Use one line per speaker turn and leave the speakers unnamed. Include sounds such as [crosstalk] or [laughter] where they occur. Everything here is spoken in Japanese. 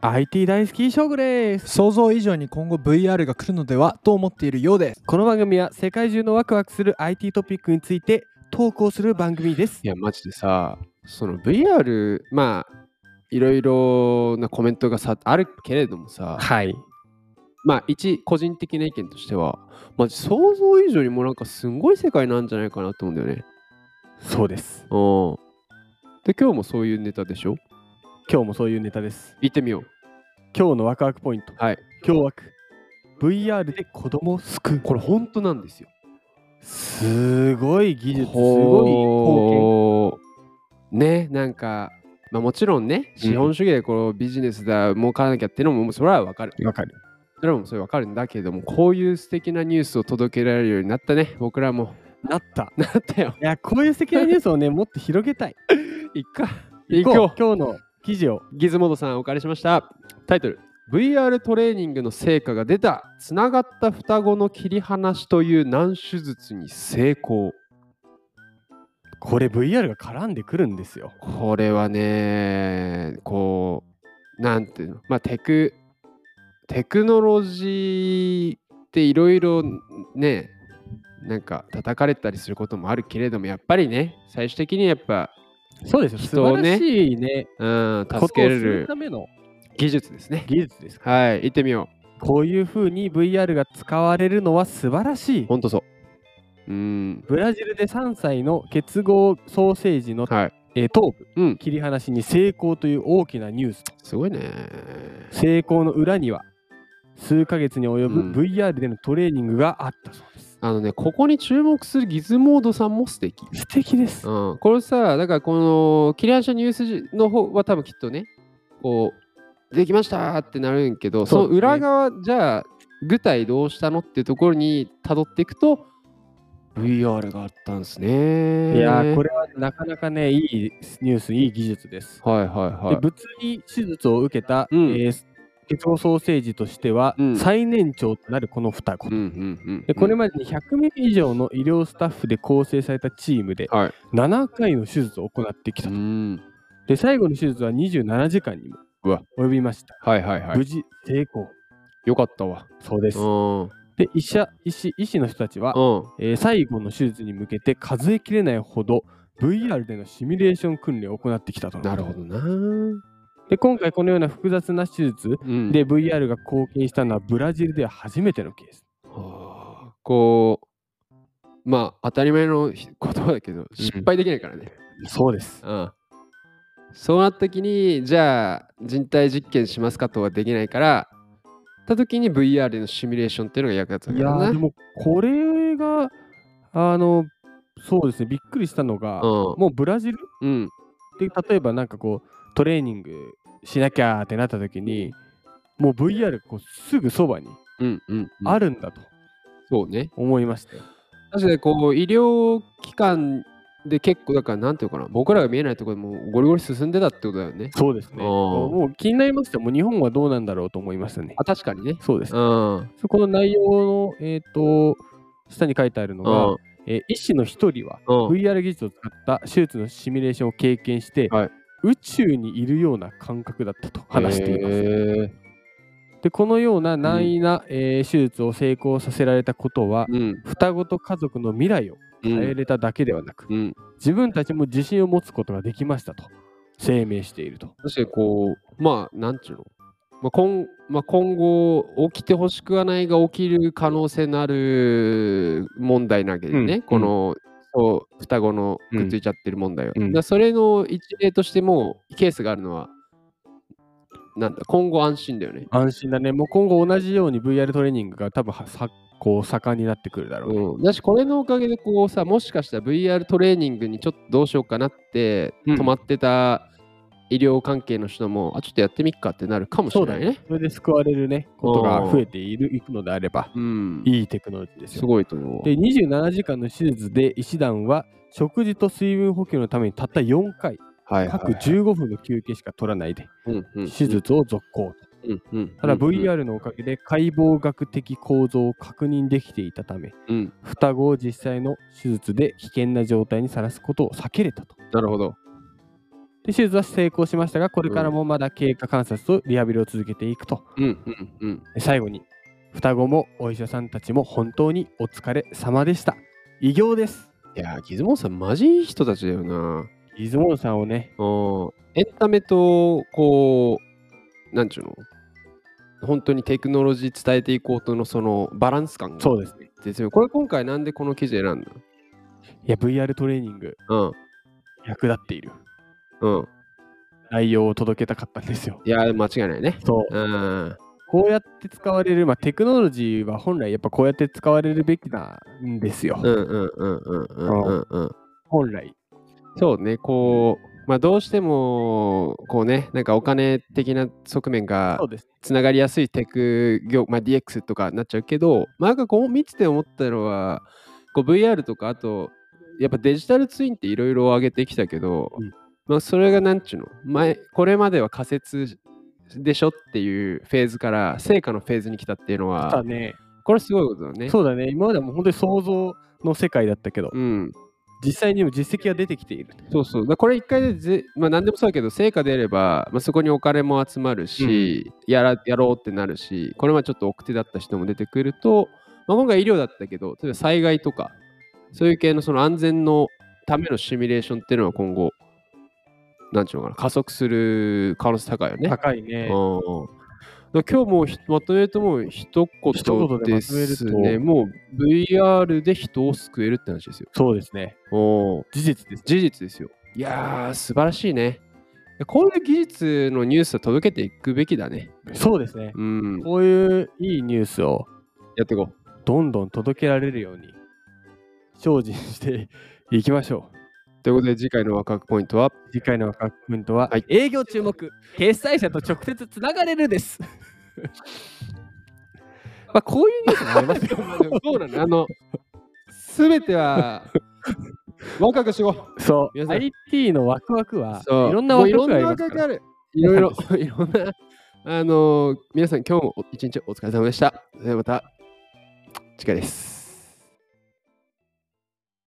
IT 大好き将軍です
[laughs] 想像以上に今後 VR が来るのではと思っているようです
この番組は世界中のワクワクする IT トピックについて投稿する番組です
いや、マジでさ、その VR、まあ、いろいろなコメントがさあるけれども
[laughs]
さ、
はい
まあ、一、個人的な意見としては、まあ、想像以上にもうなんかすごい世界なんじゃないかなと思うんだよね。
そうです
うん。で、今日もそういうネタでしょ
今日もそういうネタです
行ってみよう。
今日のワクワクポイント
はい
今日ワク VR で子供を救う
これ、本当なんですよ。
すごい技術すごい貢
ごいね、なんか、まあ、もちろんね、資本主義でこうビジネスだ、儲からなきゃってのも、もうそれはわかる。
献わかる
それもそれわかるんだけども、こういう素敵なニュースを届けられるようになったね、僕らも。 [laughs]
なった
なったよ。
いやこういう素敵なニュースを [laughs] ねもっと広げたい
いっか。
行
行
こう
こ
今
う。
日の記事を
ギズモードさんお借りしました。タイトル。VR トレーニングの成果が出た、つながった双子の切り離しという難手術に成功。
これ VR が絡んでくるんですよ
これはね、こう、なんていうの、まあ、テク、テクノロジーっていろいろね、なんか叩かれたりすることもあるけれども、やっぱりね、最終的にやっぱ、
そうですよ素
人を
晴ら
ね
しいね
うん、
こと
助
をす
けれ
る
る
ための
技術ですね。
技術です
はい、行ってみよう。
こういう風に VR が使われるのは素晴らしい。
ほんとそう。うーん。
ブラジルで3歳の結合ソーセージの、
はい。
えー頭部、
うん
切り離しに成功という大きなニュース。
すごいね。
成功の裏には数ヶ月に及
う
ぶ
ん
VR でのトレーニングがあったそうです。
あのね、ここに注目するギズモードさんも素敵。
素敵です。
うん。これさ、だからこの、切り離しのニュースの方は多分きっとね、こう、できましたってなるんけど、そ,、
そう
の
ですね
裏側、じゃあ、具体どうしたのっていうところに辿っていくと、VR があったんですね。
いやーこ
れ。
れはなかなかね、いいニュース、いい技術です。
はいはいはい
で。物理手術を受けた、
うん
えー結合ソーセージとしては、
うん
最年長となるこの双子。
うんうんうん、
でこれまでに100名以上の医療スタッフで構成されたチームで
はい
7回の手術を行ってき
う
たと、
ん。
で最後の手術は27時間にも
うわ
及びました、
はいはいは
無
い。
事成功
よかったわ。
そうです、
うん。うん。
で医者医師医師の人たちは、えー最後の手術に向けて数えきれないほど VR でのシミュレーション訓練を行ってきたと
なるほどな。
で今回このような複雑な手術
うん
で VR が貢献したのはブラジルでは初めてのケース
はあこうまあ当たり前のひ言葉だけど失敗できないからね、
そうです
うんそうなった時にじゃあ人体実験しますかとはできないからた時に VR のシミュレーションっていうのが役立つわ
い
け
や
だ
ーで
ね
もこれがあのそうですねびっくりしたのが、
う
もうブラジル
ん、うん、
で例えばなんかこうトレーニングしなきゃーってなった時にもう VR がこうすぐそばに
うんうんうん
あるんだと
そうね
思いましたよ、
確かにこう医療機関で結構だからなんていうのかな僕らが見えないところでもうゴリゴリ進んでたってことだよね
そうですね
あー
もう気になりましたよもう日本はどうなんだろうと思いましたね
あ確かにね
そうです
うんうん
そこの内容のえっ、と下に書いてあるの
うん
が、えー医師の一人は VR 技術を使った手術のシミュレーションを経験して、
はい
宇宙にいるような感覚だったと話しています。
へえ
でこのような難易な、えー手術を成功させられたことは、
うん
双子と家族の未来を
う
変え
ん
れただけではなく、
うん
自分たちも自信を持つことができましたと声明していると。
確かにこう、まあ、なんちゅうの、まあ今まあ、今後、起きてほしくはないが起きる可能性のある問題なわけでね、
うん
この、そう双子の
うん
くっついちゃってる問題は。
うん
だからそれの一例としても、ケースがあるのは、なんだ、今後安心だよね。
安心だね。もう今後同じように VR トレーニングが多分はさこう盛んになってくるだろうね。
うん、だしこれのおかげでこうさもしかしたら VR トレーニングにちょっとどうしようかなって
うん
止まってた医療関係の人も、あちょっとやってみっかってなるかもし
そ
れ
うだ
ない
ね
ね。。
それで救われるね、ことが増えているいくのであれば、
うん、
いいテクノロジーです
す
よ。
ごいと思う。
で、27時間の手術で医師団は、食事と水分補給のためにたった4回、
はいはい
各15分の休憩しか取らないで、手
手
術を続行。ただ VR のおかげで解剖学的構造を確認できていたため、
うん
双子を実際の手術で危険な状態にさらすことを避けれたと。
なるほど。
で手術は成功しましたが、これからもまだ経過観察とリハビリを続けていくと。
うんうんうん。
で最後に、双子もお医者さんたちも本当にお疲れ様でした。偉業です。
いやー、ギズモンさん、マジいい人たちだよな。
出雲さんをね、
うん。エンタメと、こう、なんちゅうの本当にテクノロジー伝えていこうとのそのバランス感が
そうですね。
絶妙。これ今回なんでこの記事選んだ
いや、VR トレーニング、
うん。
役立っている。
うん。
内容を届けたかったんですよ。
いやー、間違いないね。
そう。
うん。
こうやって使われる、まあ、テクノロジーは本来やっぱこうやって使われるべきなんですよ。
うんうんうんうんうんうんうん。
本来。
そうね、こう、まあどうしても、こうね、なんかお金的な側面が
そうです。
つながりやすいテク業、まあ、DX とかになっちゃうけど、まあ、なんかこう見てて思ったのはこう VR とかあとやっぱデジタルツインっていろいろ上げてきたけど、
うん
まあ、それがなんちゅうの前これまでは仮説でしょっていうフェーズから成果のフェーズに来たっていうの
ただ
は
ね、
これすごいことだね。
そうだね、今まではもう本当に想像の世界だったけど、
うん、
実際にも実績が出てきている。
そうそう。だからこれ一回でぜ、まあ、何でもそうだけど、成果出れば、まあ、そこにお金も集まるし、やらやろうってなるし、これはちょっと奥手だった人も出てくると、まあ、今回医療だったけど、例えば災害とか、そういう系のその安全のためのシミュレーションっていうのは今後、なんちゅうのかな、加速する可能性高いよね。
高いね。
うんだから今日もうひまとめるともう一
一
言
言で
で
まとめると
すね。もう VR で人を救えるって話ですよ。
そうですね。
おー
事実です。
事実ですよ。いやー、素晴らしいね。こういう技術のニュースを届けていくべきだね。
そうですね。
うん。
こういういいニュースを
やっていこう。
どんどん届けられるように精進していきましょ
ということで、次回のワクワクポイントは、
う。次回のワクワクポイントは、
はい
営業注目、決済者と直接つながれるです。 [laughs]
まあ、こういうニュースもあり [laughs] ますよ。そうなの。あの、すべて [laughs] は、ワクワクしよう。
そ
皆
う、
さん
IT のワクワクは、い
そう
ろんな
も
ワ
うい
ク
ろ
ワ
ん
ク
な
がありますから
ワクワクがある。いろいろ、 [laughs] いろんな、あのー皆さん、今日も一日お疲れ様でした。それではまた、次回です。